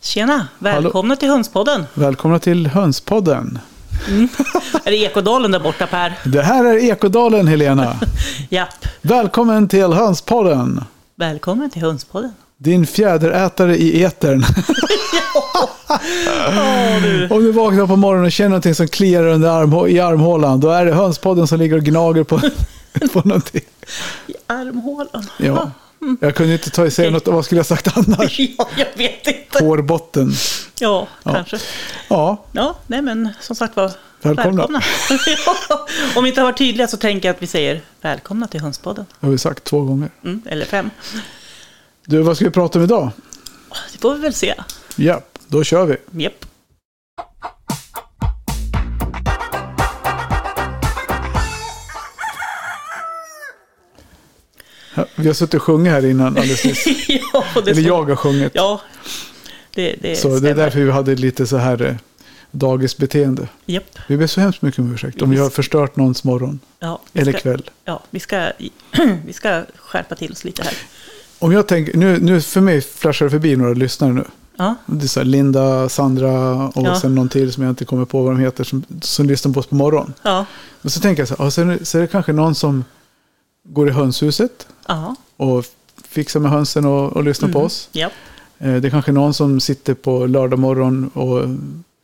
Tjena! Välkomna till Hönspodden! Välkomna till Hönspodden. Är det Ekodalen där borta Per? Det här är Ekodalen, Helena. Japp. Välkommen till Hönspodden. Välkommen till Hönspodden. Din fjäderätare i etern. Åh du! Om du vaknar på morgonen och känner någonting som kliar under armhå- i armhålan, då är det Hönspodden som ligger och gnager på, på någonting. I armhålan. Ja. Jag kunde inte ta säga något, vad skulle jag sagt annars? ja, jag vet inte. Hårbotten. Ja, kanske. Ja, Ja, nej men som sagt var. Välkomna. Ja, Om vi inte har varit tydliga så tänker jag att vi säger välkomna till Hönspodden. det har vi sagt två gånger. Mm, eller fem. Du, vad ska vi prata om idag? Det får vi väl se. Ja, då kör vi. Japp. Ja, Vi har suttit och sjungit här innan alldeles nyss. ja, det Eller så- jag har sjungit. Ja, det, det Så det är stämmer. därför vi hade lite så här eh, dagisbeteende. Japp. Vi ber så hemskt mycket om ursäkt om vi har förstört någons morgon Ja, vi eller ska- kväll. Ja, vi ska, vi ska skärpa till oss lite här. Om jag tänker, nu, nu för mig flashar det förbi några lyssnare nu. Ja, Det är så här Linda, Sandra och Ja. sen någon till som jag inte kommer på vad de heter som, som lyssnar på oss på morgonen. ja, Och så tänker jag så här, ja, så är, det, så är det kanske någon som går i hönshuset ja. och fixar med hönsen och, och lyssnar Mm. på oss. Ja, Eh, Det är kanske någon som sitter på lördag morgon och eh,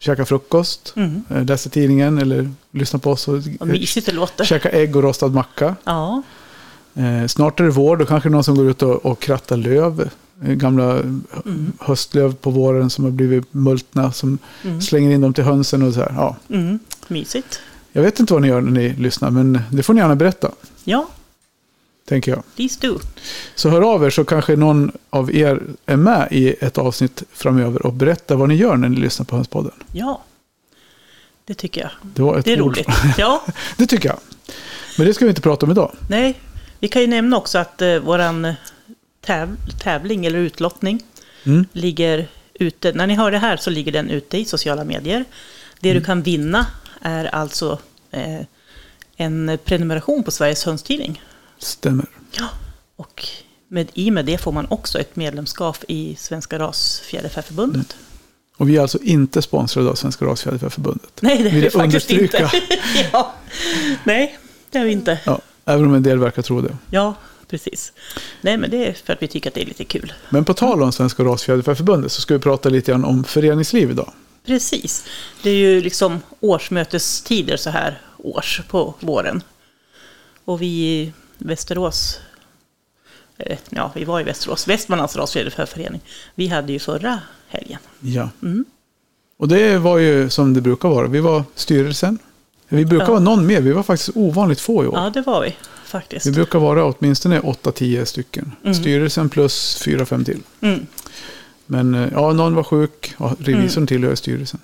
käkar frukost, Mm. eh, läser tidningen eller lyssnar på oss och vad mysigt det låter. käkar ägg och rostad macka. Ja, Eh, Snart är det vår, då kanske någon som går ut och, och krattar löv. Eh, Gamla höstlöv på våren som har blivit multna som slänger in dem till hönsen och så här. Ja. mm, mysigt. Jag vet inte vad ni gör när ni lyssnar, men det får ni gärna berätta, Ja, tänker jag. please do. Så hör av er så kanske någon av er är med i ett avsnitt framöver och berätta vad ni gör när ni lyssnar på Hönspodden. Ja, det tycker jag. Det, var ett Det är ord. roligt. Ja, Det tycker jag. Men det ska vi inte prata om idag. nej. Vi kan ju nämna också att eh, våran täv tävling eller utlottning Mm. ligger ute. När ni hör det här så ligger den ute i sociala medier. Det Mm. du kan vinna är alltså eh, en prenumeration på Sveriges hönstidning. Stämmer. Ja, och med, i och med det får man också ett medlemskap i Svenska Rasfjäderfäförbundet. Mm. Och vi är alltså inte sponsrade av Svenska Rasfjäderfäförbundet. Nej, det är Vill vi jag faktiskt understryka. inte. ja. Nej, det är vi inte. Ja, även om en del verkar tro det. Ja, precis. Nej, men det är för att vi tycker att det är lite kul. Men på tal om Svenska Rasfjäderfäförbundet så ska vi prata lite grann om föreningsliv idag. Precis. Det är ju liksom årsmötestider så här års på våren. Och vi i Västerås, eh, ja, vi var i Västerås, Västmanlands rasfjäderfäförening, vi hade ju förra helgen. Ja. Mm. Och det var ju som det brukar vara. Vi var styrelsen. Vi brukar Ja. vara någon mer. Vi var faktiskt ovanligt få i år. Ja, det var vi Vi faktiskt. brukar vara åtminstone 8-10 stycken. Styrelsen plus 4-5 till. Mm. Men eh, ja, någon var sjuk. Ja, revisorn tillhör styrelsen.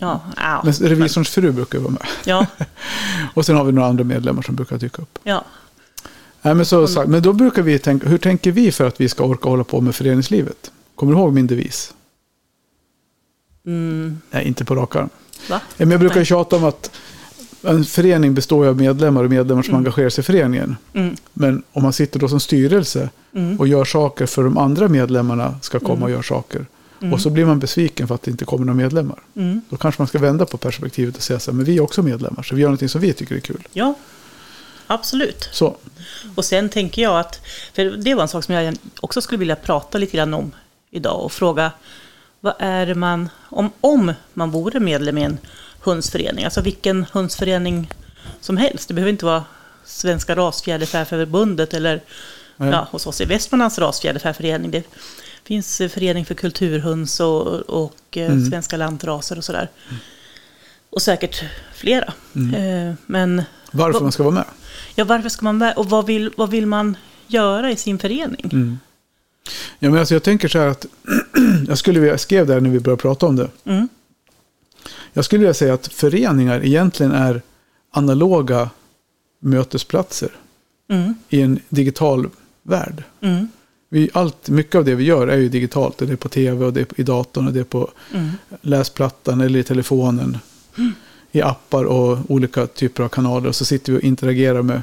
Ja, Men Mm. ja, revisorns fru brukar ju vara med. ja, Och sen har vi några andra medlemmar som brukar dyka upp. ja, Nej, men, Mm. så, sagt, men då brukar vi tänka, hur tänker vi för att vi ska orka hålla på med föreningslivet? Kommer du ihåg min devis? Nej, inte på rak arm. Mm, va? Ja, Men jag brukar Nej. tjata om att en förening består ju av medlemmar och medlemmar som engagerar sig i föreningen. Mm. Men om man sitter då som styrelse och gör saker för de andra medlemmarna ska komma Mm. och göra saker. Och så blir man besviken för att det inte kommer några medlemmar. Mm. Då kanske man ska vända på perspektivet och säga så här, men vi är också medlemmar, så vi gör någonting som vi tycker är kul. Ja, absolut. Så, Och sen tänker jag att, för det var en sak som jag också skulle vilja prata lite grann om idag och fråga, vad är det man, om, om man vore medlem i en hönsförening, alltså vilken hönsförening som helst, det behöver inte vara Svenska Rasfjäderfäförbundet eller Nej. ja, hos oss i Västmanlands Rasfjäderfäförening. Det finns eh, förening för kulturhöns och, och eh, svenska lantraser och sådär. Och säkert flera. Eh, Men varför man ska vara med. Ja, varför ska man vara och vad vill, vad vill man göra i sin förening? Ja, men alltså jag tänker så här att, jag, skulle, vilja- jag skrev det här när vi började prata om det. Mm. Jag skulle vilja säga att föreningar egentligen är analoga mötesplatser Mm, i en digital värld. mm, Vi, allt, mycket av det vi gör är ju digitalt. Det är på tv och det är på, i datorn och det är på läsplattan eller i telefonen. I appar och olika typer av kanaler. Och så sitter vi och interagerar med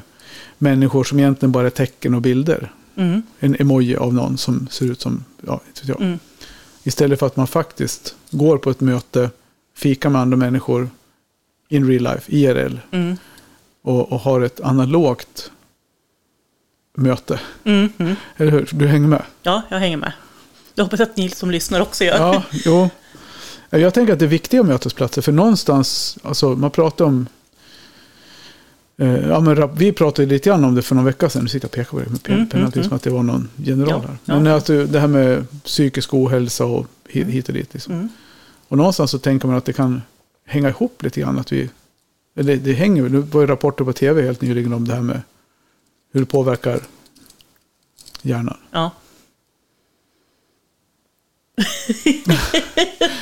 människor som egentligen bara är tecken och bilder. mm, En emoji av någon som ser ut som, ja, inte vet jag. Mm. Istället för att man faktiskt går på ett möte, fikar med andra människor in real life, IRL, Mm. och, och har ett analogt möte. Mm, mm. Eller hur? Du hänger med? Ja, jag hänger med. Jag hoppas att ni som lyssnar också gör. Ja, jo. Jag tänker att det är viktiga mötesplatser, för någonstans, alltså man pratar om eh, Ja, men rap- vi pratade lite grann om det för någon vecka sedan. Nu sitter jag och pekar på det med pen, Mm, pennan mm, till som att det var någon general Ja, här. ja. Men att du, det här med psykisk ohälsa och hit, hit och dit. Liksom. Mm. Och någonstans så tänker man att det kan hänga ihop lite grann. Att vi, eller det hänger väl. Det var ju rapporter på tv helt nyligen om det här med hur det påverkar hjärnan. Ja.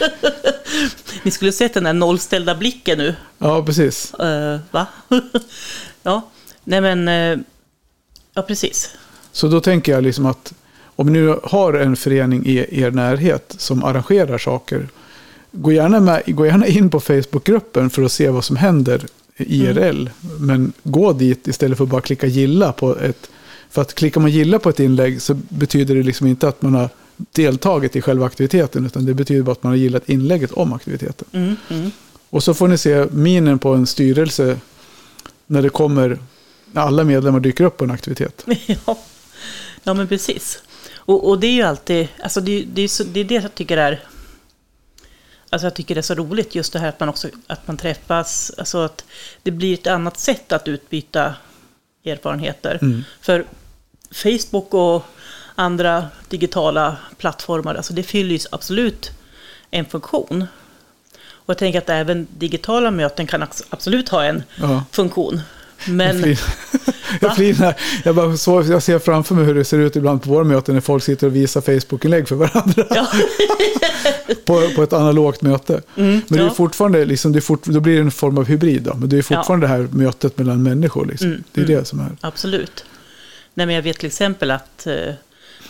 Ni skulle sett den där nollställda blicken nu. Ja, precis. Eh, va? ja, nej men... eh, ja, precis. Så då tänker jag liksom att om ni nu har en förening i er närhet som arrangerar saker, gå gärna, med, gå gärna in på Facebookgruppen för att se vad som händer IRL. Men gå dit istället för att bara klicka gilla på ett... För att klickar man gilla på ett inlägg så betyder det liksom inte att man har deltagit i själva aktiviteten, utan det betyder bara att man har gillat inlägget om aktiviteten. Mm, mm. Och så får ni se minen på en styrelse när det kommer, när alla medlemmar dyker upp på en aktivitet. ja. ja, men precis. Och, och det är ju alltid, alltså det, det, är så, det är det jag tycker är, alltså jag tycker det är så roligt just det här att man också, att man träffas, alltså att det blir ett annat sätt att utbyta erfarenheter. För Facebook och andra digitala plattformar, alltså det fyller ju absolut en funktion. Och jag tänker att även digitala möten kan abs- absolut ha en Ja. funktion. Men... Flir. Jag flinar. Jag, bara så, jag ser framför mig hur det ser ut ibland på våra möten när folk sitter och visar Facebook-inlägg för varandra Ja. på, på ett analogt möte. men det är Mm, ja. fortfarande, liksom, det är fort, då blir det en form av hybrid. Då, men det är fortfarande det här mötet mellan människor. Liksom. Mm, det är det som är. Absolut. Nej, men jag vet till exempel att eh,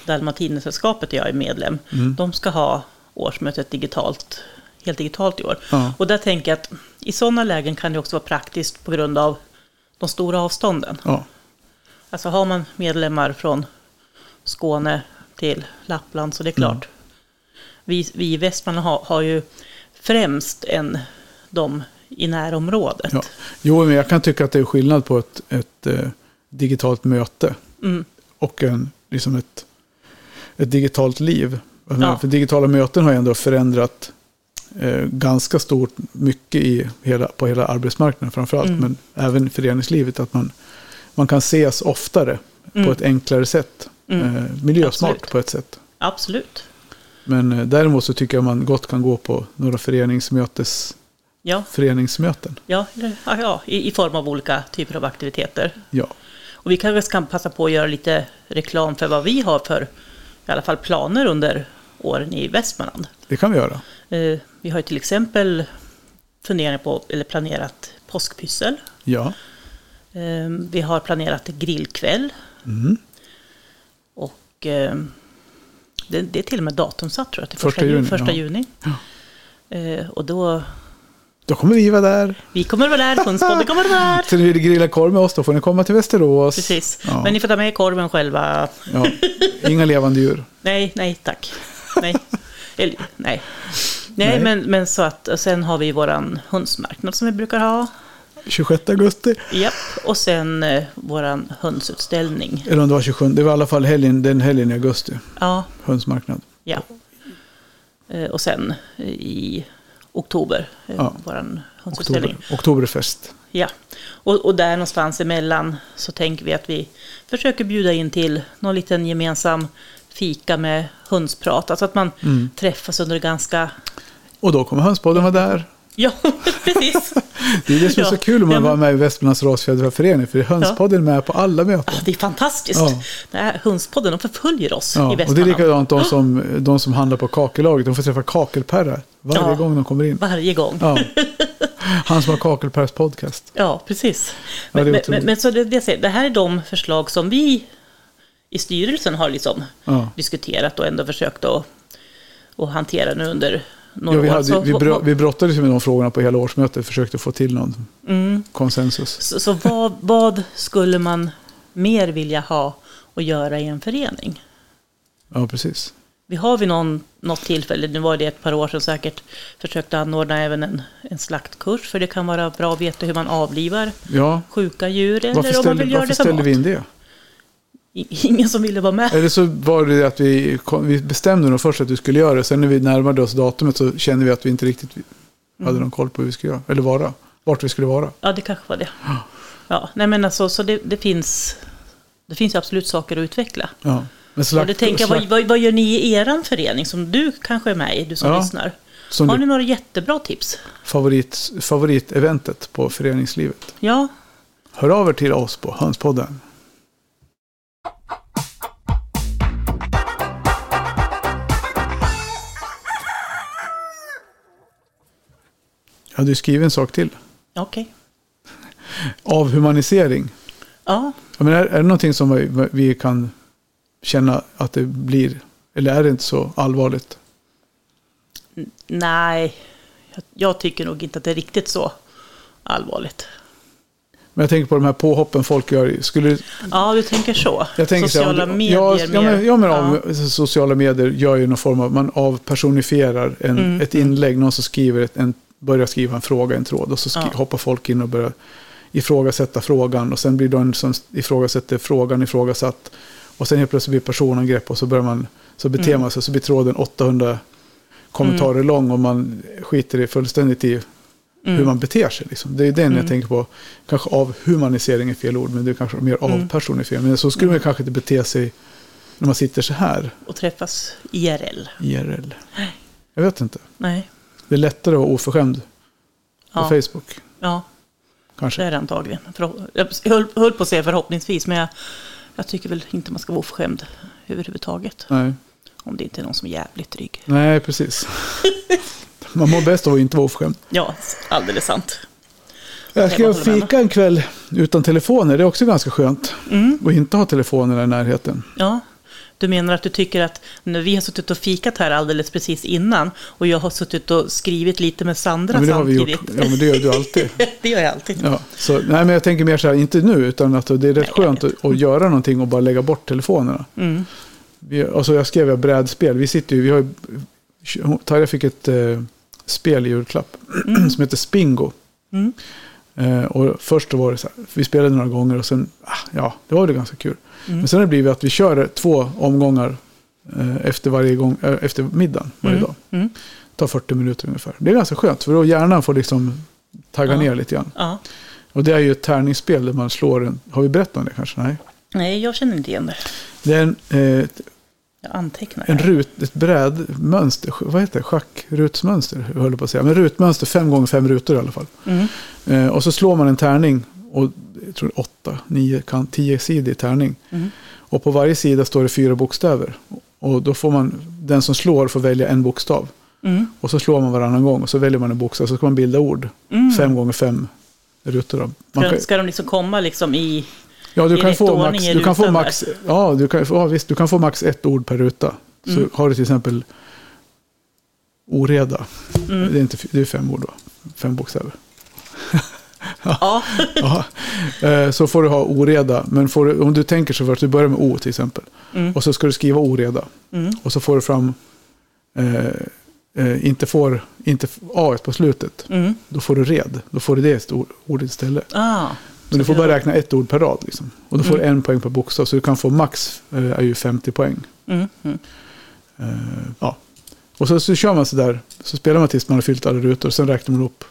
Dalmatinersällskapet där jag är medlem, Mm. de ska ha årsmötet digitalt, helt digitalt i år. Ja. Och där tänker jag att i sådana lägen kan det också vara praktiskt på grund av de stora avstånden. Ja, Alltså har man medlemmar från Skåne till Lappland så det är Mm. klart. Vi, vi i Västmanland har, har ju främst en, de i närområdet. ja. Jo, men jag kan tycka att det är skillnad på ett, ett eh, digitalt möte Mm. och en, liksom ett, ett digitalt liv. Jag menar, Ja. För digitala möten har ju ändå förändrat eh, ganska stort mycket i hela, på hela arbetsmarknaden framförallt, Mm. men även i föreningslivet. Att man, man kan ses oftare Mm. på ett enklare sätt. Mm. Eh, miljösmart Absolut. på ett sätt. Absolut. Men eh, däremot så tycker jag man gott kan gå på några föreningsmötes, Ja. föreningsmöten. Ja, eller- ja, ja i, i form av olika typer av aktiviteter. Ja. Och vi kanske ska passa på att göra lite reklam för vad vi har för i alla fall planer under åren i Västmanland. Det kan vi göra. Eh, vi har ju till exempel funderingar på, eller planerat påskpyssel. Ja, Eh, vi har planerat grillkväll. Mm. Och eh, det, det är till och med datumsatt tror jag, till Första första, ju- juni, första ja. juni. Eh, och då, då kommer vi vara där. vi kommer vara där, Kungspodden kommer vara där. Så ni vill grilla korv med oss, då får ni komma till Västerås. Precis, Ja. men ni får ta med korven själva. Ja. Inga levande djur. Nej, nej tack. Nej, Eller, nej. nej, Nej. Men, men så att och sen har vi våran hönsmarknad som vi brukar ha. 26 augusti. Japp. Och sen eh, våran hönsutställning. Eller om det var 27. Det var i alla fall helgen, den helgen i augusti. Ja, Hönsmarknad. ja. Eh, och sen eh, i oktober, eh, Ja. våran hönsutställning. Oktober, oktoberfest. Ja. Och, och där någonstans emellan så tänker vi att vi försöker bjuda in till någon liten gemensam fika med hönsprat. Alltså att man Mm. träffas under ganska... Och då kommer Hönspodden vara där. Ja, precis. Det är det som är så Ja. kul om man Ja, men- var med i Västmanlands rasfjäderfäförening. För Hönspodden är med på alla möten. Ja, ah, Det är fantastiskt. Ja. Den här hönspodden, de förföljer oss i Ja, och Västmanland. det är likadant de som, de som handlar på kakellaget. De får träffa kakelperrar varje Ja. gång de kommer in. Varje gång. Ja, Ja. Han som har kakelperrs podcast. precis. Ja, det är men, otroligt. men, men så det, det, jag säger, det här är de förslag som vi i styrelsen har liksom Ja. diskuterat och ändå försökt att, att hantera nu under några Ja, vi, år. hade, så, vi, brö, vi brottades ju med de frågorna på hela årsmötet. Försökte få till någon Mm. konsensus. så, så vad, vad skulle man mer vilja ha och göra i en förening? Ja, precis. Vi har vid någon, något tillfälle, nu var det ett par år sedan säkert, försökt anordna även en, en slaktkurs. För det kan vara bra att veta hur man avlivar Ja, sjuka djur eller varför om man vill ställde, göra varför det som ställde mat. vi in det? I- Ingen som ville vara med. Eller så var det att vi, kom, vi bestämde nog först att vi skulle göra det. Sen när vi närmade oss datumet så kände vi att vi inte riktigt Mm. hade någon koll på hur vi skulle göra. Eller vara. Vart vi skulle vara. Ja, det kanske var det. Ja, nej men alltså, så det, det finns det finns ju absolut saker att utveckla. Ja. Men och det tänker jag, vad, vad, vad gör ni i er förening som du kanske är med i, du som Ja, lyssnar? som har du- ni några jättebra tips? favorit, favoriteventet på föreningslivet. Ja, Hör av er till oss på Hönspodden. Jag hade ju skrivit en sak till. okej. Avhumanisering. Ja, Jag menar, är det någonting som vi, vi kan känna att det blir? Eller är det inte så allvarligt? nej. Jag, jag tycker nog inte att det är riktigt så allvarligt. Men jag tänker på de här påhoppen folk gör. Skulle, Ja, du tänker så. jag tänker så här, om Sociala du- medier Ja, ja, men, mer. ja, men av, sociala medier gör ju någon form av, man avpersonifierar en, Mm. ett inlägg. Någon som skriver ett, en, börjar skriva en fråga, en tråd. Och så skri, Ja. hoppar folk in och börjar ifrågasätta frågan. Och sen blir den som ifrågasätter frågan ifrågasatt. Och sen helt plötsligt blir personangrepp och så börjar man, så beter Mm. man sig. Så blir tråden 800 kommentarer lång och man skiter i fullständigt i Mm. hur man beter sig. Liksom. Det är den jag tänker på. Kanske avhumanisering är fel ord, men det är kanske mer Mm. avpersonifiering. Men så skulle man kanske inte bete sig när man sitter så här, Och träffas IRL. IRL. Jag vet inte. Nej. Det är lättare att vara oförskämd på Ja. Facebook, Ja, det kanske. är det antagligen. Förhopp- Jag höll, höll på att säga förhoppningsvis, men jag, jag tycker väl inte man ska vara oförskämd överhuvudtaget. Nej. Om det inte är någon som är jävligt dryg. Nej, precis. man mår bäst av att inte vara oförskämd. Ja, alldeles sant. Jag ska Jag håller med. fika en kväll utan telefoner. Det är också ganska skönt. Mm. Och inte ha telefonerna i närheten. Ja, du menar att du tycker att när vi har suttit och fikat här alldeles precis innan och jag har suttit och skrivit lite med Sandra Ja, men det har vi gjort. samtidigt. Ja, men det gör du alltid. det gör jag alltid. Ja, så, nej, men jag tänker mer så här, inte nu, utan att det är rätt jag skönt vet. att, att göra någonting och bara lägga bort telefonerna. Mm. Vi, alltså jag skrev ju brädspel. Vi sitter ju, vi har ju, Tarja fick ett eh, spel i julklapp som heter Spingo. Mm. Eh, och först då var det så här, vi spelade några gånger och sen, ah, ja, det var väl ganska kul. Mm. Men sen har det blivit att vi kör två omgångar eh, efter varje gång, eh, efter middagen varje dag. Mm. Tar 40 minuter ungefär. Det är ganska skönt, för då hjärnan får liksom tagga Ja. ner lite grann. Ja. Och det är ju ett tärningsspel där man slår en... Har vi berättat om det kanske? Nej. Nej, jag känner inte igen det. Det är en, eh, Jag antecknar. en här. rut, ett brädmönster, sj- vad heter det? Schackrutsmönster, jag höll på att säga. Men rutmönster, fem gånger fem rutor i alla fall. Mm. Eh, och så slår man en tärning, och jag tror det är åtta, nio, kan, tio sidor tärning. Mm. Och på varje sida står det fyra bokstäver. Och då får man, den som slår får välja en bokstav. Mm. Och så slår man varannan gång och så väljer man en bokstav. Så ska man bilda ord, Mm. fem gånger fem rutor. då. Man Ska, kan- ska de liksom komma liksom i... Ja, du I kan rätt få ordning max, i du kan få rutan max, ja, du kan, ja, visst, du kan få max ett ord per ruta. Så Mm. har du till exempel oreda. Mm. Det, är inte, f- det är fem ord då, fem bokstäver. Ja, Ja. Eh, Så får du ha oreda, men får du, om du tänker så för att du börjar med O till exempel. Mm. Och så ska du skriva oreda. Mm. Och så får du fram, eh, eh, inte får, inte f- A på slutet. mm. Då får du red, då får du det st- ordet istället. Ah. Men du Så får det bara var- räkna ett ord per rad. Liksom. Och då får du en poäng per bokstav. Så du kan få max eh, är ju 50 poäng. Mm. Mm. Eh, ja. Och så, så kör man så där. Så spelar man tills man har fyllt alla rutor. Sen räknar man upp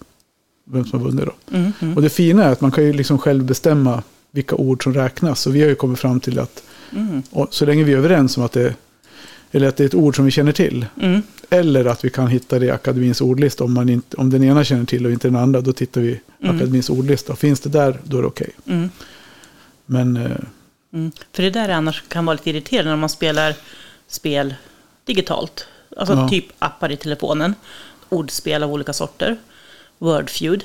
vem som har vunnit. Då. Mm. Mm. Och det fina är att man kan ju liksom själv bestämma vilka ord som räknas. Och vi har ju kommit fram till att Mm. och så länge vi är överens om att det, eller att det är ett ord som vi känner till. Mm. Eller att vi kan hitta det i akademins ordlista. Om, man inte, om den ena känner till och inte den andra, då tittar vi i akademins ordlista. Finns det där, då är det okej. Mm. Men eh, Mm. För det där annars kan vara lite irriterande när man spelar spel digitalt. Alltså Ja. typ appar i telefonen. Ordspel av olika sorter. Wordfeud.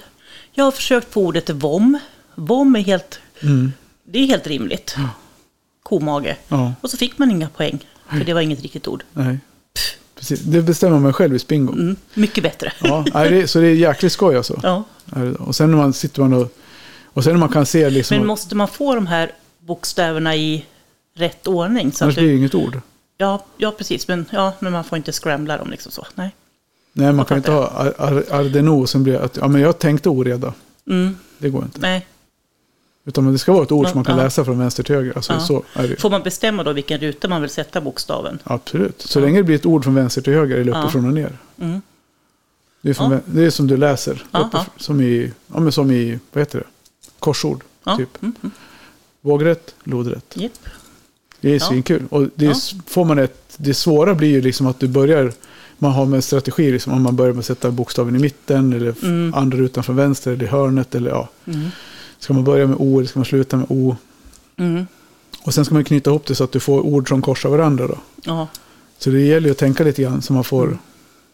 Jag har försökt på ordet vom. Vom är helt, mm, det är helt rimligt. Komage. ja. Och så fick man inga poäng. För det var inget riktigt ord. Nej. Precis. Det bestämmer man själv i Spingo. Mm. Mycket bättre. Ja, nej, det, så det är jäkligt skoj alltså. Ja. Är det då. Och sen när man sitter man och... Och sen när man kan se liksom... Men måste man få de här bokstäverna i rätt ordning? Så att annars blir du, Alltså det inget ord. Ja, ja precis. Men, ja, men man får inte scrambla dem liksom så. Nej. Nej, man Jag kan inte ha ar, ar, Ardeno som blir att ja, men jag tänkte oreda. Mm, Det går inte. nej. Utan det ska vara ett ord som man kan Ja. läsa från vänster till höger. Alltså, Ja. så är det ju. Får man bestämma då vilken ruta man vill sätta bokstaven? Absolut. Så länge det blir ett ord från vänster till höger eller Ja. uppifrån och ner. Mm. Det är, Ja. från vän- det är som du läser. Ja, uppifrån- Som, i, ja, men som i, vad heter det? Korsord. Ja. Mm. Typ. Vågrätt, lodrätt. Japp. Det är Ja. svinkul. Och det, är, Ja. s- får man ett, det svåra blir ju liksom att du börjar, man har med strategi, liksom, om man börjar med att sätta bokstaven i mitten eller f- Mm. andra rutan från vänster eller i hörnet. Eller, ja. Mm. Ska man börja med O eller ska man sluta med O? Mm. Och sen ska man knyta ihop det så att du får ord som korsar varandra. Då. Ja. Så det gäller ju att tänka lite grann så man Mm. får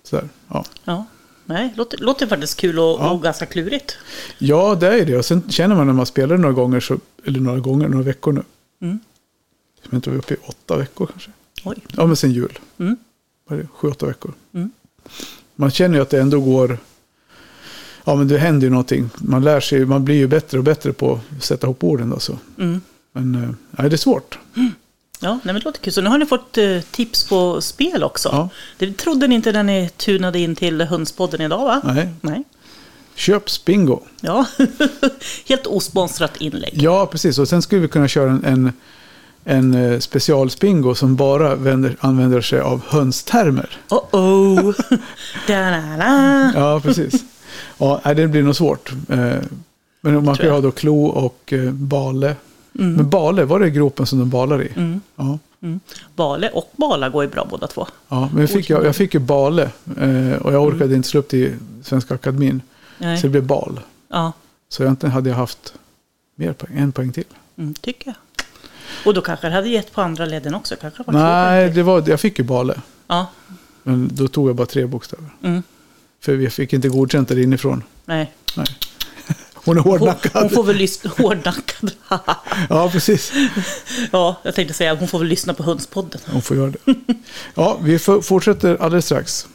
sådär. Ja. ja. Nej, låter, låter faktiskt kul och, Ja. och ganska klurigt. ja, det är det. Och sen känner man när man spelar några gånger, så, eller några gånger, några veckor nu. Mm. Jag vet inte, vi är uppe i åtta veckor kanske. Oj. Ja, men sen jul. Mm. Vad är det? Sju, åtta veckor. Mm. Man känner ju att det ändå går... Ja, men det händer ju någonting. Man lär sig, man blir ju bättre och bättre på att sätta ihop orden. Då, så. Mm. Men eh, nej, det är svårt. Ja, nej, men det låter kul. Så nu har ni fått eh, tips på spel också. Ja. Det trodde ni inte när ni tunade in till Hundspodden idag va? Nej. Nej. Köp Spingo. Ja, helt osponsrat inlägg. Ja, precis. Och sen skulle vi kunna köra en, en, en eh, specialspingo som bara vänder, använder sig av hönstermer. Oh-oh! Da-da-da. Ja, precis. ja, nej, det blir nog svårt. Eh, Men man ska ju jag. ha då klo och eh, bale. Men bale, var det gropen som de balar i? Ja. Mm. Bale och Bala går ju bra båda två. Ja, men jag fick, jag, jag fick ju bale eh, och jag orkade inte slå upp till Svenska Akademin. Mm. Nej. Så det blev bal. Ja, Så egentligen hade jag haft mer poäng, en poäng till. mm, tycker jag. Och då kanske det hade gett på andra leden också. Kanske det var Nej, det var, jag fick ju bale. Ja, Men då tog jag bara tre bokstäver. mm. För vi fick inte godkänt där inifrån. nej. Nej. Hon är Hon, hon hårdnackad. får väl lyssna... Hårdnackad. Ja, precis. ja, jag tänkte säga hon får väl lyssna på Hundspodden. Hon får göra det. Ja, vi f- fortsätter alldeles strax.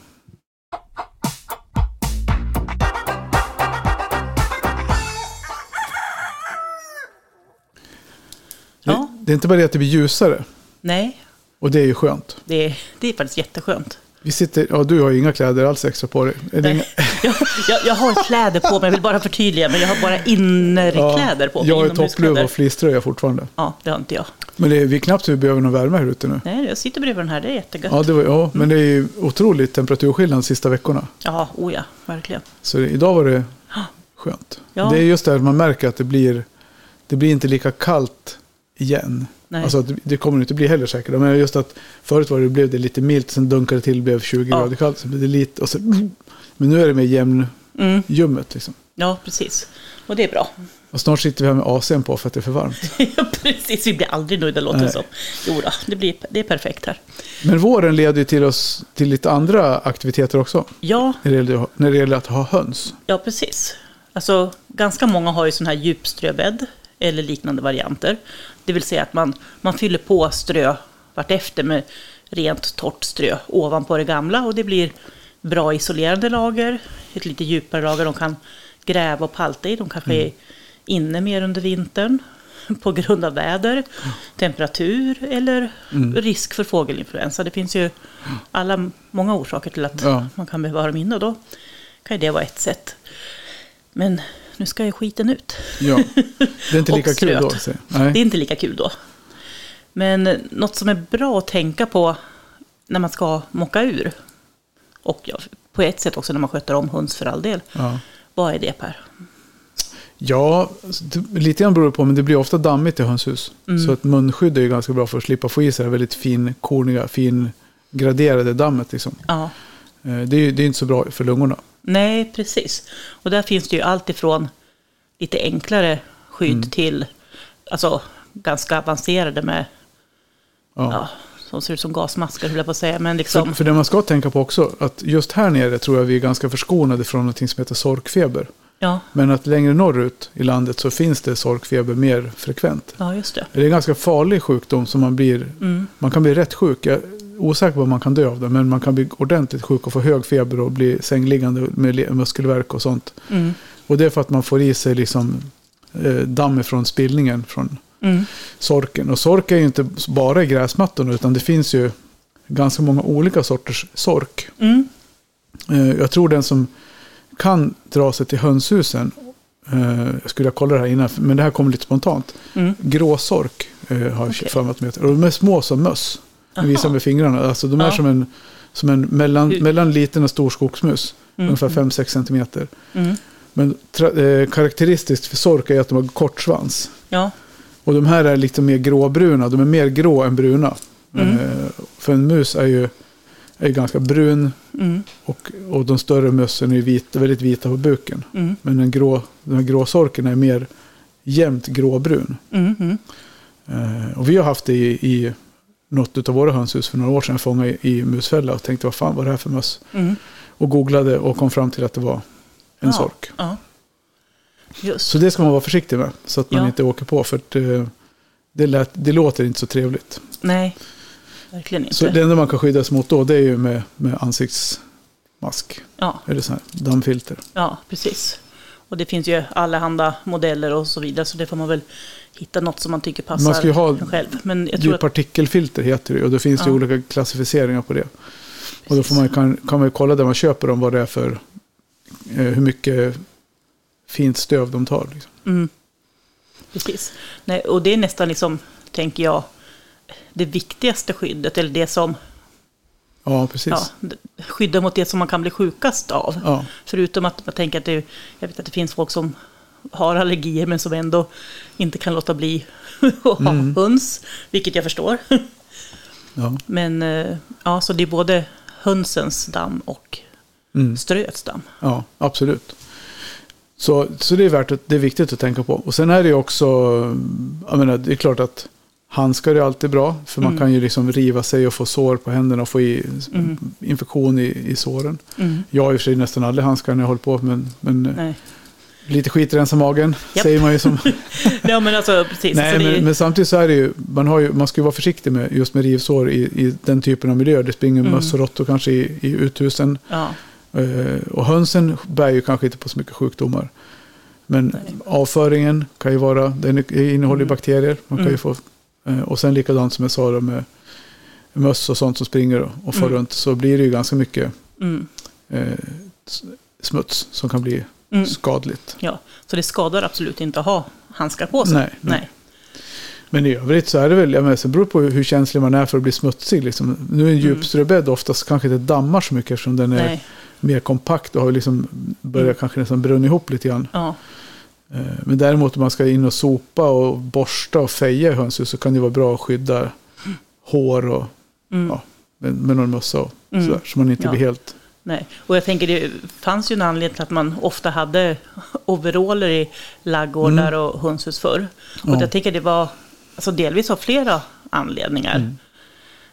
Ja. Det, det är inte bara det att det blir ljusare. Nej, Och det är ju skönt. det är, det är faktiskt jätteskönt. Vi sitter, ja, du har ju inga kläder alls extra på dig. Är det inga- Jag, jag, jag har kläder på mig, jag vill bara förtydliga, men jag har bara Ja, innerkläder på mig. Jag har ju inomhuskläder. toppluva och fleecetröja fortfarande. Ja, det har inte jag. Men det är, vi är knappt vi behöver någon värme här ute nu. Nej, jag sitter bredvid den här, det är jättegött. Ja, det var, ja men det är ju otrolig temperaturskillnad de sista veckorna. Ja, oh ja, verkligen. Så det, idag var det skönt. Ja. Det är just det här att man märker att det blir, det blir inte lika kallt igen. Nej. Alltså att det- det kommer inte bli heller säkert. Men just att förut var det, blev det lite milt, sen dunkade det till, blev 20 Ja. grader kallt. Så blev det lite, och så, men nu är det mer jämn Mm, ljummet liksom. ja, precis. Och det är bra. Och snart sitter vi här med AC'n på för att det är för varmt. precis, vi blir aldrig nöjda låter det Nej. som. Jo då, det, blir, det är perfekt här. Men våren leder ju till oss till lite andra aktiviteter också. Ja, När det gäller, när det gäller att ha höns. ja precis. Alltså, ganska många har ju sån här djupströbädd eller liknande varianter. Det vill säga att man, man fyller på strö vartefter med rent torrt strö ovanpå det gamla och det blir bra isolerande lager, ett lite djupare lager de kan gräva och palta i. De kanske är inne mer under vintern på grund av väder, temperatur eller risk för fågelinfluensa. Det finns ju alla, många orsaker till att Ja. man kan behöva ha dem inne och då kan ju det vara ett sätt. Men nu ska ju skiten ut. Ja. Det är inte Och lika kul då. ströt. säger- Det är Nej. inte lika kul då. Men eh, något som är bra att tänka på när man ska mocka ur, och ja, på ett sätt också när man sköter om höns för all del, Ja. vad är det Per? Ja, alltså, det- lite grann beror det på, men det blir ofta dammigt i hönshus. Så ett munskydd är ju ganska bra för att slippa få i sig det här väldigt finkorniga, fingraderade dammet. Liksom. Ja, Eh, Det är ju det är inte så bra för lungorna. nej precis. Och där finns det ju allt ifrån lite enklare skydd Mm. till alltså, ganska avancerade med, Ja. ja, som ser ut som gasmasker höll jag på att säga, men För, liksom, för det man ska tänka på också, att just här nere tror jag vi är ganska förskonade från någonting som heter sorkfeber. ja, Men att längre norrut i landet så finns det sorkfeber mer frekvent. ja just det. Det är en ganska farlig sjukdom som man blir, man kan bli rätt sjuk. Jag är osäker på om man kan dö av det, men man kan bli ordentligt sjuk och få hög feber och bli sängliggande med le- muskelvärk och sånt. Mm. Och det är för att man får i sig liksom eh, damm från spillningen från Mm. sorken. Och sork är ju inte bara i gräsmattorna utan det finns ju ganska många olika sorters sork. Mm. Eh, Jag tror den som kan dra sig till hönshusen, eh, jag skulle ha kollat det här innan, men det här kom lite spontant. Mm. Gråsork eh, har jag Okej. för mig att de heter. Och de är små som möss. De Aha. visar med fingrarna. Alltså de är Ja. som en, som en mellan, Hur- mellan liten och stor skogsmus. Mm. Ungefär 5-6 centimeter. Mm. Men tra- eh, karaktäristiskt för sork är att de har kort svans. Ja. Och de här är lite mer gråbruna. De är mer grå än bruna. Mm. Eh, för en mus är ju, är ju ganska brun. Mm. Och, och de större mössen är ju vita, väldigt vita på buken. Mm. Men den, grå, den här gråsorken är mer jämnt gråbrun. Mm. Mm. Eh, och vi har haft det i, i något av våra hönshus för några år sedan. Jag fångade i, i musfälla och tänkte vad fan var det här för möss? Mm. Och googlade och kom fram till att det var en Ja. sork. Ja. Just. Så det ska man vara försiktig med. Så att man Ja. inte åker på. För att, eh, det, lät, det låter inte så trevligt. Nej, verkligen inte. Så det enda man kan skydda sig mot då det är ju med, med ansiktsmask. Ja, Eller sån här dammfilter. ja, precis. Och det finns ju allehanda modeller och så vidare, så det får man väl hitta något som man tycker passar Man ska ju ha- en själv. Men jag Det är tror ju att... partikelfilter heter det ju, och då finns det ju Ja. olika klassificeringar på det. Och då Precis. får man, kan, kan man ju kolla där man köper dem vad det är för eh, hur mycket fint stöv de tar. Liksom. Mm. Precis. Nej, och det är nästan liksom, tänker jag, det viktigaste skyddet, eller det som Ja, precis. ja, Ja. d- skyddar mot det som man kan bli sjukast av. Ja. Förutom att man tänker att det, jag vet att det finns folk som har allergier men som ändå inte kan låta bli att ha Mm. höns, vilket jag förstår. Men eh, ja, så det är både hönsens damm och Mm. ströets damm. Ja, absolut. Så, så det är värt att, det är viktigt att tänka på. Och sen är det ju också, jag menar, det är klart att handskar är alltid bra. För Mm. man kan ju liksom riva sig och få sår på händerna och få i, infektion i, i såren. Mm. Jag har i och för sig nästan aldrig handskar när jag håller på, men, men eh, Nej. lite skit rensar magen, Japp. säger man ju som Ja, men alltså precis. Nej, så det, är- men, men samtidigt så är det ju, man, har ju, man ska ju vara försiktig med just med rivsår i, i den typen av miljöer. Det springer Mm. möss och råttor kanske i, i uthusen. ja, Eh, och hönsen bär ju kanske inte på så mycket sjukdomar. Men avföringen kan ju vara, den innehåller Mm. ju bakterier. Man kan ju få, eh, och sen likadant som jag sa då med möss och sånt som springer och, och far runt. Så blir det ju ganska mycket mm, eh, s- smuts som kan bli Mm. skadligt. ja. Så det skadar absolut inte att ha handskar på sig. Nej, nej. nej. Men i övrigt så är det väl, jag menar, sen beror det på hur känslig man är för att bli smutsig. Liksom. Nu är en djupströbädd oftast kanske inte dammar så mycket eftersom den är Mm. nej. Mm. mer kompakt och har liksom börjat kanske nästan brunna ihop lite grann. Ja. Eh, Men däremot om man ska in och sopa och borsta och feja i hönshus så kan det vara bra att skydda hår och, Mm. ja, med, med någon mössa och Mm. sådär. Så man inte Ja. blir helt... Nej, och jag tänker det fanns ju en anledning till att man ofta hade overaller i laggårdar och hönshus förr. Mm. Ja. Och jag tänker det var alltså delvis av flera anledningar. Mm.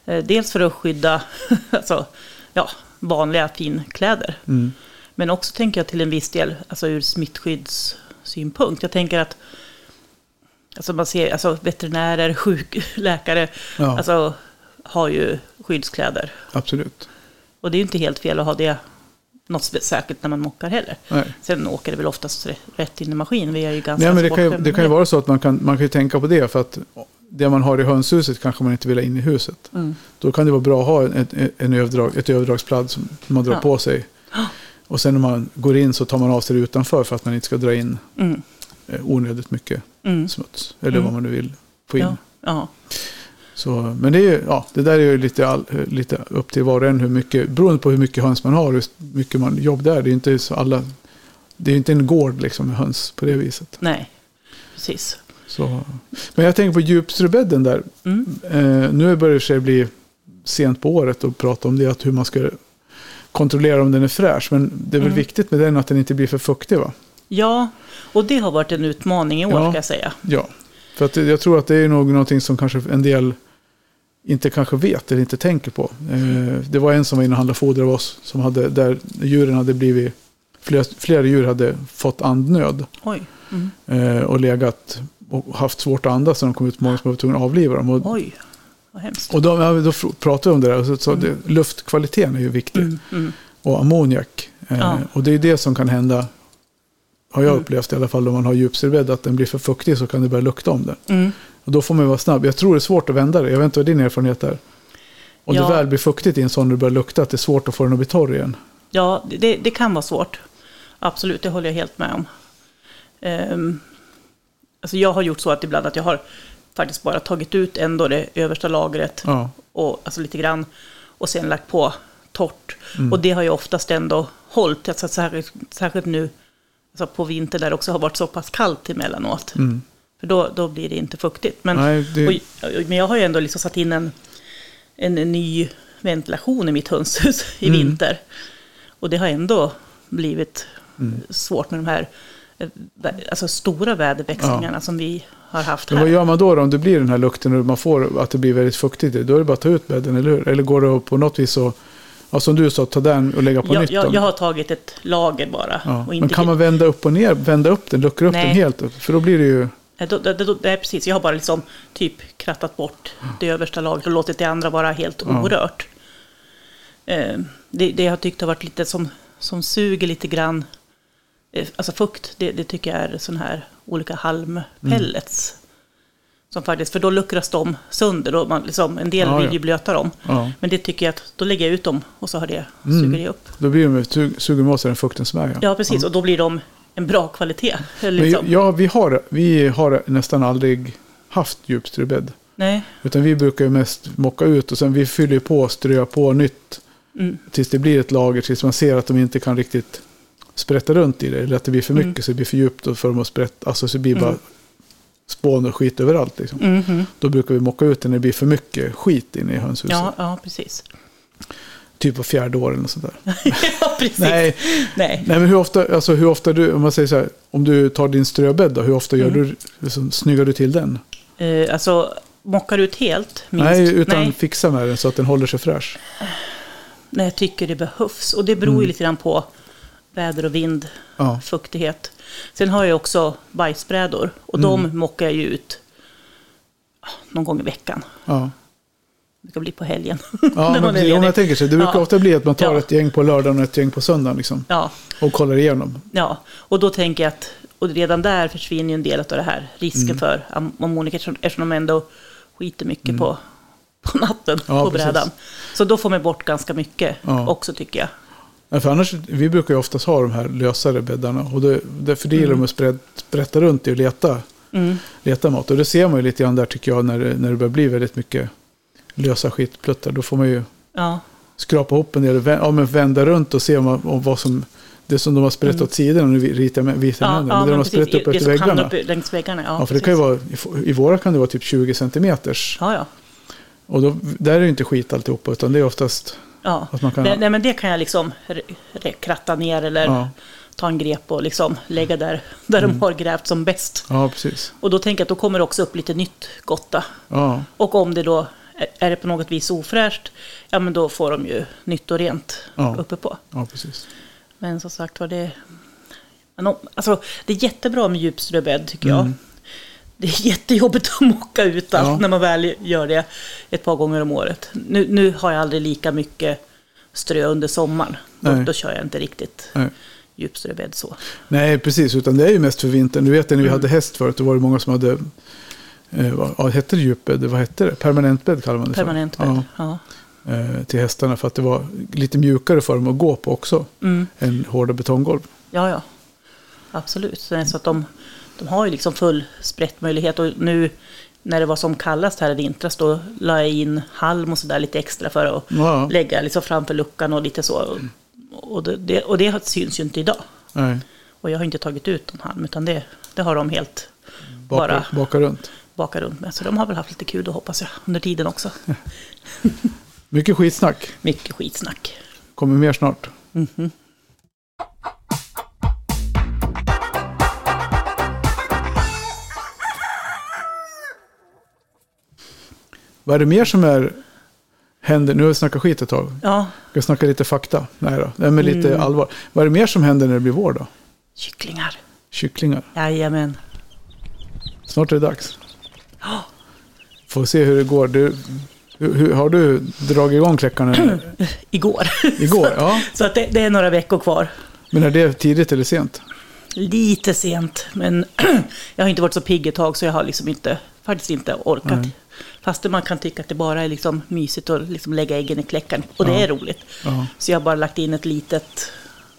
Eh, Dels för att skydda alltså, ja, vanliga finkläder. Mm, Men också tänker jag till en viss del alltså ur smittskyddssynpunkt. Jag tänker att alltså man ser, alltså, veterinärer, sjukläkare Ja. alltså, har ju skyddskläder. absolut. Och det är ju inte helt fel att ha det något spe- särskilt när man mockar heller. Nej. Sen åker det väl oftast re- rätt in i maskin. Vi är ju ganska Nej, men det, kan ju, sportskämda det kan ju alltså med vara så att man kan, man kan ju tänka på det. För att det man har i hönshuset kanske man inte vill ha in i huset. Mm. Då kan det vara bra att ha en, en, en överdrag, ett överdragsplagg som man drar Ja. på sig. Och sen när man går in så tar man av sig det utanför för att man inte ska dra in Mm. eh, onödigt mycket Mm. smuts. Eller vad man nu vill få in. Ja, ja. Så, men det, är ju, ja, det där är ju lite, all, eh, lite upp till var och en hur mycket, beroende på hur mycket höns man har och hur mycket man jobb där. Det är ju inte, så alla, det är ju inte en gård liksom med höns på det viset. Nej, precis. Så. Men jag tänker på djupströbädden där. Mm. Eh, nu börjar det i och för sig bli sent på året och prata om det, att hur man ska kontrollera om den är fräsch. Men det Mm. är väl viktigt med den att den inte blir för fuktig va? Ja, och det har varit en utmaning i år Ja. ska jag säga. Ja. För att det- jag tror att det är nog någonting som kanske en del inte kanske vet eller inte tänker på. Eh, det var en som var inne och handlade foder av oss som hade, där djuren hade blivit, flera, flera djur hade fått andnöd. Oj, mm. Eh, och legat och haft svårt att andas när de kom ut på morgonen så man var tvungen att avliva dem. Och oj, vad hemskt. Och då, ja, då fr- pratade vi om det där. och Så, så det, luftkvaliteten är ju viktig. Mm. Mm. Och ammoniak. Eh, Ja. Mm. Och det är det som kan hända. Har jag upplevt i alla fall om man har djupsirbädd. Att den blir för fuktig så kan det börja lukta om den. Mm. Och då får man ju vara snabb. Jag tror det är svårt att vända det. Jag vet inte vad din erfarenhet är. Om Ja. det väl blir fuktigt i en sån och det börjar lukta att det är svårt att få den att bli torr igen. Ja, det, det kan vara svårt. Absolut, det håller jag helt med om. Ehm, alltså jag har gjort så att ibland att jag har faktiskt bara tagit ut ändå det översta lagret, Ja, och, alltså lite grann, och sen lagt på torrt. Mm. Och det har jag oftast ändå hållit, alltså, särskilt, särskilt nu alltså på vintern där det också har varit så pass kallt emellanåt. Mm. För då, då blir det inte fuktigt. Men, Nej, det- och, och, men jag har ju ändå liksom satt in en, en ny ventilation i mitt hönshus i Mm. vinter. Och det har ändå blivit Mm. svårt med de här eh, vä- alltså stora väderväxlingarna som vi har haft men vad här. gör man då, då om det blir den här lukten och man får att det blir väldigt fuktigt? i? Då är det bara att ta ut bädden, eller hur? Eller går det att på något vis att, ja, som du sa, ta den och lägga på Jag, nytt? jag, den? jag har tagit ett lager bara. ja. Och Men inte kan man vända upp och ner, vända upp den, luckra upp Nej. den helt? För då blir det ju... Nej, då, då, då, nej, precis. Jag har bara liksom typ krattat bort det översta lagret och låtit det andra vara helt Ja. orört. Eh, det, det jag har tyckt har varit lite som, som suger lite grann, eh, alltså fukt, det, det tycker jag är sån här olika halmpellets. Mm. Som faktiskt, för då luckras de sönder, då man liksom, en del Ja, vill ja. ju blöta dem. Ja. Men det tycker jag att, då lägger jag ut dem och så har det, suger det upp. Då blir de, su- suger de åt sig den fukten som är. Mm. Ja. Ja, precis, och då blir de en bra kvalitet. Men Liksom. ja, vi har, vi har nästan aldrig haft djupströbädd. Nej, Utan vi brukar ju mest mocka ut och sen vi fyller ju på och ströar på nytt. Mm. Tills det blir ett lager, tills man ser att de inte kan riktigt sprätta runt i det. Eller att det blir Mm. för mycket så det blir för djupt och för dem att sprätta. Alltså så det blir bara spån och skit överallt. Liksom. Mhm. Då brukar vi mocka ut det när det blir för mycket skit inne i hönshuset. ja, ja, precis. Typ på fjärde år eller något sånt där. ja, precis. Nej, Nej. nej men hur ofta, alltså hur ofta du, om man säger så här, om du tar din ströbädd då, hur ofta Mm. gör du, liksom, snyggar du till den? Eh, alltså, mockar ut helt? Minst. Nej, utan Nej, fixa med den så att den håller sig fräsch. när jag tycker det behövs. Och det beror ju lite grann på väder och vind, Mm. Ja. fuktighet. Sen har jag också bajsbrädor och Mm. de mockar jag ju ut ah, någon gång i veckan. Ja. Det kan bli på helgen. Ja, När men man är precis, om ledig. jag tänker så. Det brukar Ja. ofta bli att man tar Ja. ett gäng på lördagen och ett gäng på söndagen liksom, Ja, och kollar igenom. ja, och då tänker jag att och redan där försvinner ju en del av det här. Risken Mm. för am- ammoniak eftersom eftersom de ändå skiter mycket på, på natten Ja, på precis. brädan. Så då får man bort ganska mycket Ja. också tycker jag. Ja, För annars, vi brukar ju oftast ha de här lösare bäddarna. Och det, därför det Mm. gillar de att spred- sprätta runt i och leta, leta mat. Och det ser man ju lite grann där tycker jag när det, när det börjar bli väldigt mycket lösa skitpluttar. Då får man ju Ja. skrapa ihop en del och vä- ja, men vända runt och se om, man- om vad som... Det som de har sprätt åt sidan, nu ritar jag med vita Mm. Ja, händerna. ja, men det de men har precis. sprätt upp Det efter som hamnar väggarna. upp längs väggarna. Ja, Ja, för det precis. kan ju vara, i f- i våra kan det vara typ 20 centimeters. Ja, ja. Och då, där är det ju inte skit alltihopa, utan det är oftast... ja. Att man kan- nej, nej, men det kan jag liksom r- r- kratta ner eller Ja. Mm. ta en grep och liksom lägga där, där de har grävt som bäst. Ja, precis. Och då tänker jag att då kommer det också upp lite nytt gotta. Ja, Och om det då är- är det på något vis ofräscht, ja men då får de ju nytt och rent Ja. uppe på. ja precis. Men som sagt var det... men om- Alltså, det är jättebra med djupströbädd tycker jag. Det är jättejobbigt att mocka ut allt Mm. Ja. när man väl gör det ett par gånger om året. Nu, nu har jag aldrig lika mycket strö under sommaren. Då, Nej. då kör jag inte riktigt Nej. djupströbädd så. Nej, precis. Utan det är ju mest för vintern. Du vet när vi Mm. hade häst förut, då var det många som hade... Eh, vad, ja, hette det djupbädd? Vad hette det? Permanentbädd kallar man det för. Permanent bädd. Ja. Ja. Ja, eh, till hästarna för att det var lite mjukare för dem att gå på också. Mm. Än hårda betonggolv. ja, Absolut. Så det är så att de, de har ju liksom full sprättmöjlighet. Och nu när det var som kallast här i vintras, då la jag in halm och sådär lite extra för att Ja, lägga liksom framför luckan och lite så. Och det- det, och det syns ju inte idag. nej. Och jag har inte tagit ut någon halm, utan det, det har de helt Baka, Bara. baka runt. bakat runt med. Så de har väl haft lite kul, då hoppas jag, under tiden också. Mycket skitsnack. Mycket skitsnack. Kommer mer snart. Mhm. Vad är det mer som är, händer? Nu har vi snackat skit ett tag. Ja, Ska jag snacka lite fakta? Nej då, Nej, men lite Mm. allvar. Vad är det mer som händer när det blir vår då? kycklingar. Kycklingar. Jajamän. Snart är det dags. Får se hur det går. Du, hur, hur, har du dragit igång kläckarna nu? Igår. igår? Ja. Så att det, det är några veckor kvar. Men är det tidigt eller sent? Lite sent, men jag har inte varit så pigg ett tag så jag har liksom inte faktiskt inte orkat. Nej. Fastän man kan tycka att det bara är liksom mysigt att liksom lägga äggen i kläckan. Och det Ja. är roligt. Ja. Så jag har bara lagt in ett litet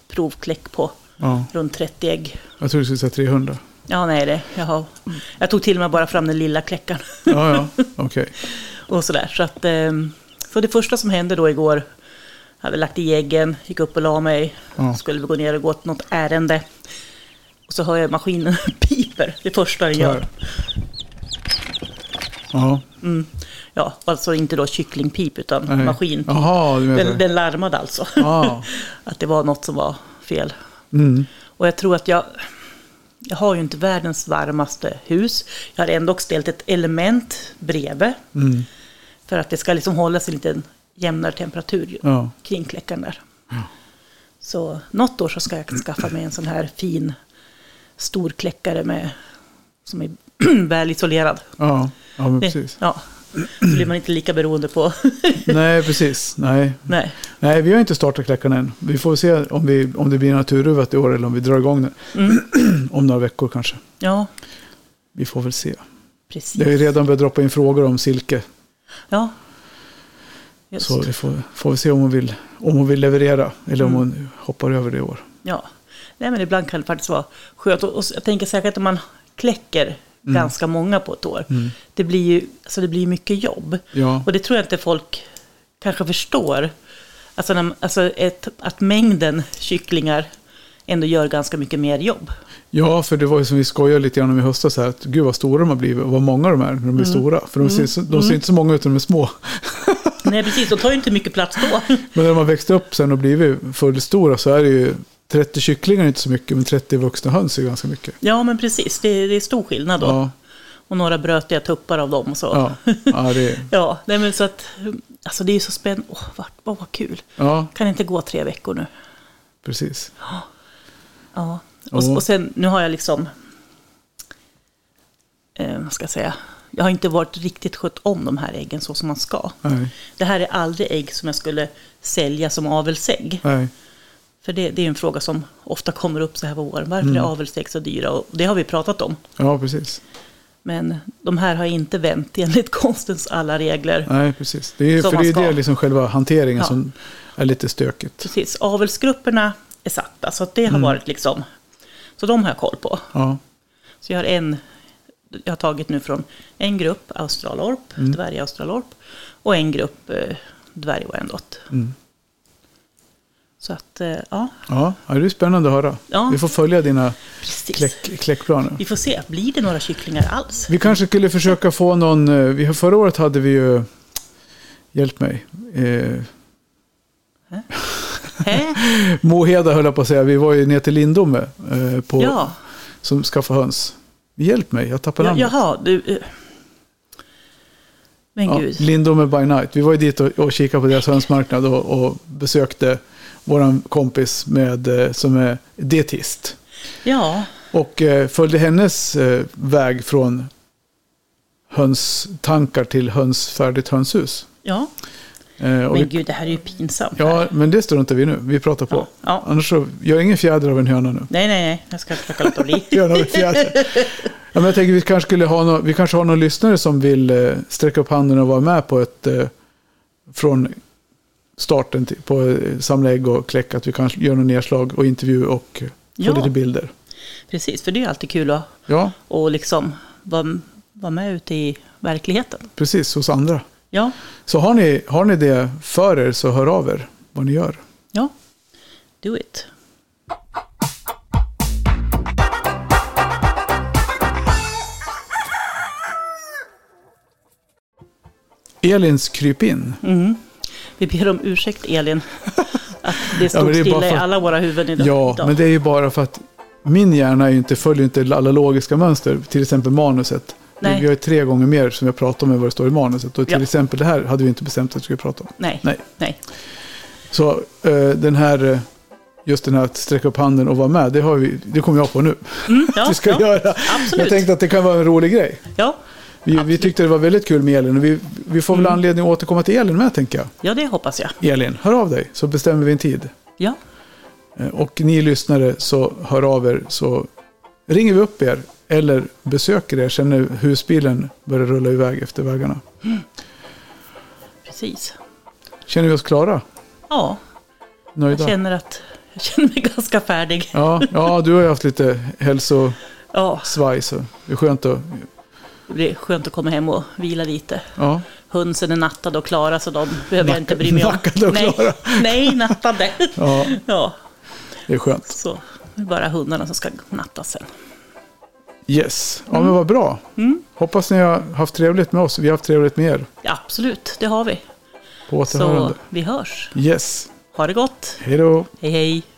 provkläck på ja. runt 30 ägg. Jag tror du skulle säga 300. Ja, nej det. Jag, har, jag tog till och med bara fram den lilla kläckan. Ja, ja, okej. och sådär. Så, att, ehm, så det första som hände då igår, jag hade lagt i äggen, gick upp och la mig, Ja. skulle gå ner och gå till något ärende. Och så hör jag maskinen piper, det första den gör. Klar. Ja, Ja, alltså inte då kycklingpip utan nej. maskin. Jaha, du menar Den, det. den larmade alltså. Ja. att det var något som var fel. Mm. Och jag tror att jag... Jag har ju inte världens varmaste hus. Jag har ändå ställt ett element bredvid. Mm. För att det ska liksom hållas i en liten jämnare temperatur ju, Ja. kring kläckan där. Så något år så ska jag skaffa mig en sån här fin storkläckare med, som är väl isolerad. Ja. ja, men Det- precis. Ja. Så blir man inte lika beroende på... Nej, precis. Nej. Nej. Nej, vi har inte startat kläckarna än. Vi får se om, vi, om det blir naturruvat i år eller om vi drar igång den. om några veckor kanske. Ja, Vi får väl se. Det precis. har ju redan börjat droppa in frågor om Silke. Ja. Just. Så vi får, får vi se om hon vill, om hon vill leverera. Eller Mm. om hon hoppar över det i år. Ja, Nej, men ibland kan det faktiskt vara skönt. Och, och jag tänker säkert om man kläcker Mm. ganska många på ett år. Det blir ju alltså det blir mycket jobb. Ja, Och det tror jag inte folk kanske förstår. Alltså, när, alltså ett, att mängden kycklingar ändå gör ganska mycket mer jobb. ja för det var ju som vi skojade lite grann om i höstas. Här, att gud vad stora de har blivit och vad många de är när de är Mm. stora. För de ser, så, de ser inte så många ut när de är små. Nej, precis. De tar ju inte mycket plats då. Men när de har växt upp sen och blivit fullstora så är det ju 30 kycklingar är inte så mycket men 30 vuxna höns är ganska mycket. Ja, men precis. Det, det är stor skillnad då. Ja, Och några brötiga tuppar av dem och så. ja, ja, det, är- Ja, nej men så att, alltså det är ju så spännande. Åh, vart- åh, vad kul. ja Kan inte gå tre veckor nu. precis. Ja, och, Ja. och sen nu har jag liksom, eh, vad ska jag säga, jag har inte varit riktigt skött om de här äggen så som man ska. Nej, Det här är aldrig ägg som jag skulle sälja som avelsägg. nej. För det, det är en fråga som ofta kommer upp så här på våren. Varför är avelsägg så dyra? Och det har vi pratat om. Ja, precis. Men de här har inte vänt enligt konstens alla regler. Nej, precis. Det är, Som för man det är ju ska. det liksom själva hanteringen Ja. som är lite stökigt. Precis, avelsgrupperna är satta. Så att det har varit liksom, så de har jag koll på. Ja, Så jag har en, jag har tagit nu från en grupp australorp, Mm. dvärgaustralorp, och en grupp eh, dvärgwyandotte. Mm. Så att, eh, ja, ja ja, det är spännande att höra. Ja. Vi får följa dina precis. kläck, kläckplaner. Vi får se, blir det några kycklingar alls? Vi kanske skulle försöka få någon... eh, Vi, har- förra året hade vi ju... Hjälp mig. Eh, Hä? Moheda höll jag på att säga. Vi var ju ner till Lindome eh, på, Ja, som skaffade höns. Hjälp mig, jag tappar ja, namnet. jaha, du... eh. Men gud. Lindome by night. Vi var ju dit och, och kikade på deras hönsmarknad och, och besökte vår kompis med, eh, som är dietist. Ja, Och eh, följde hennes eh, väg från hönstankar till höns, färdigt hönshus. ja. Eh, och Men vi, gud, det här är ju pinsamt. ja, men det struntar vi i nu. Vi pratar på. Ja, ja. Annars så, gör ingen fjäder av en höna nu. Nej, nej, nej, jag ska försöka låta bli. Göra det fjärde. Ja, men jag tänker vi kanske, skulle ha nå vi kanske har någon lyssnare som vill eh, sträcka upp handen och vara med på ett eh, från starten till, på eh, samla ägg och kläck. Att vi kanske gör någon nedslag och intervju och eh, få Ja. lite bilder. Precis, för det är ju alltid kul att, Ja, att liksom vara, vara med ute i verkligheten. precis hos andra. Ja, Så har ni, har ni det för er så hör av er vad ni gör. Ja, do it. Elins kryp in. Mm. Vi ber om ursäkt Elin, att det stod men det är bara stilla i för- alla våra huvuden idag. Ja, idag. men det är ju bara för att min hjärna är ju inte, följer inte alla logiska mönster, till exempel manuset. Nej. Vi har ju tre gånger mer som jag pratar om än vad det står i manuset. Och till Ja. exempel det här hade vi inte bestämt att vi skulle prata om. Nej, nej. Nej. Så eh, den här, eh, just den här att sträcka upp handen och vara med, det, har vi, det kommer jag på nu. Mm, ja, vi ska ja, göra. Absolut. Jag tänkte att det kan vara en rolig grej. ja. Vi, vi Absolut. Mm. tyckte det var väldigt kul med Elin och vi, vi får väl anledning att återkomma till Elin med tänker jag. ja, det hoppas jag. Elin, hör av dig så bestämmer vi en tid. Ja, Eh, Och ni lyssnare så hör av er så ringer vi upp er eller besöker er sen när husbilen börjar rulla iväg efter vägarna. Precis. Känner vi oss klara? Ja, jag Nöjda? känner att jag känner mig ganska färdig. Ja, ja, du har ju haft lite hälsosvaj Ja, så det är skönt att... det är skönt att komma hem och vila lite. Ja. Hönsen är nattade och klara så de behöver jag inte bry mig om. Nackade och nej, klara. nej, nattade. ja, Ja, det är skönt. så det är bara hundarna som ska nattas sen. Yes, ja Mm. men vad bra. Hoppas ni har haft trevligt med oss. Vi har haft trevligt med er. Ja, absolut, det har vi. På Så återhörande. vi hörs. Yes, Ha det gott. hej då. Hej, hej.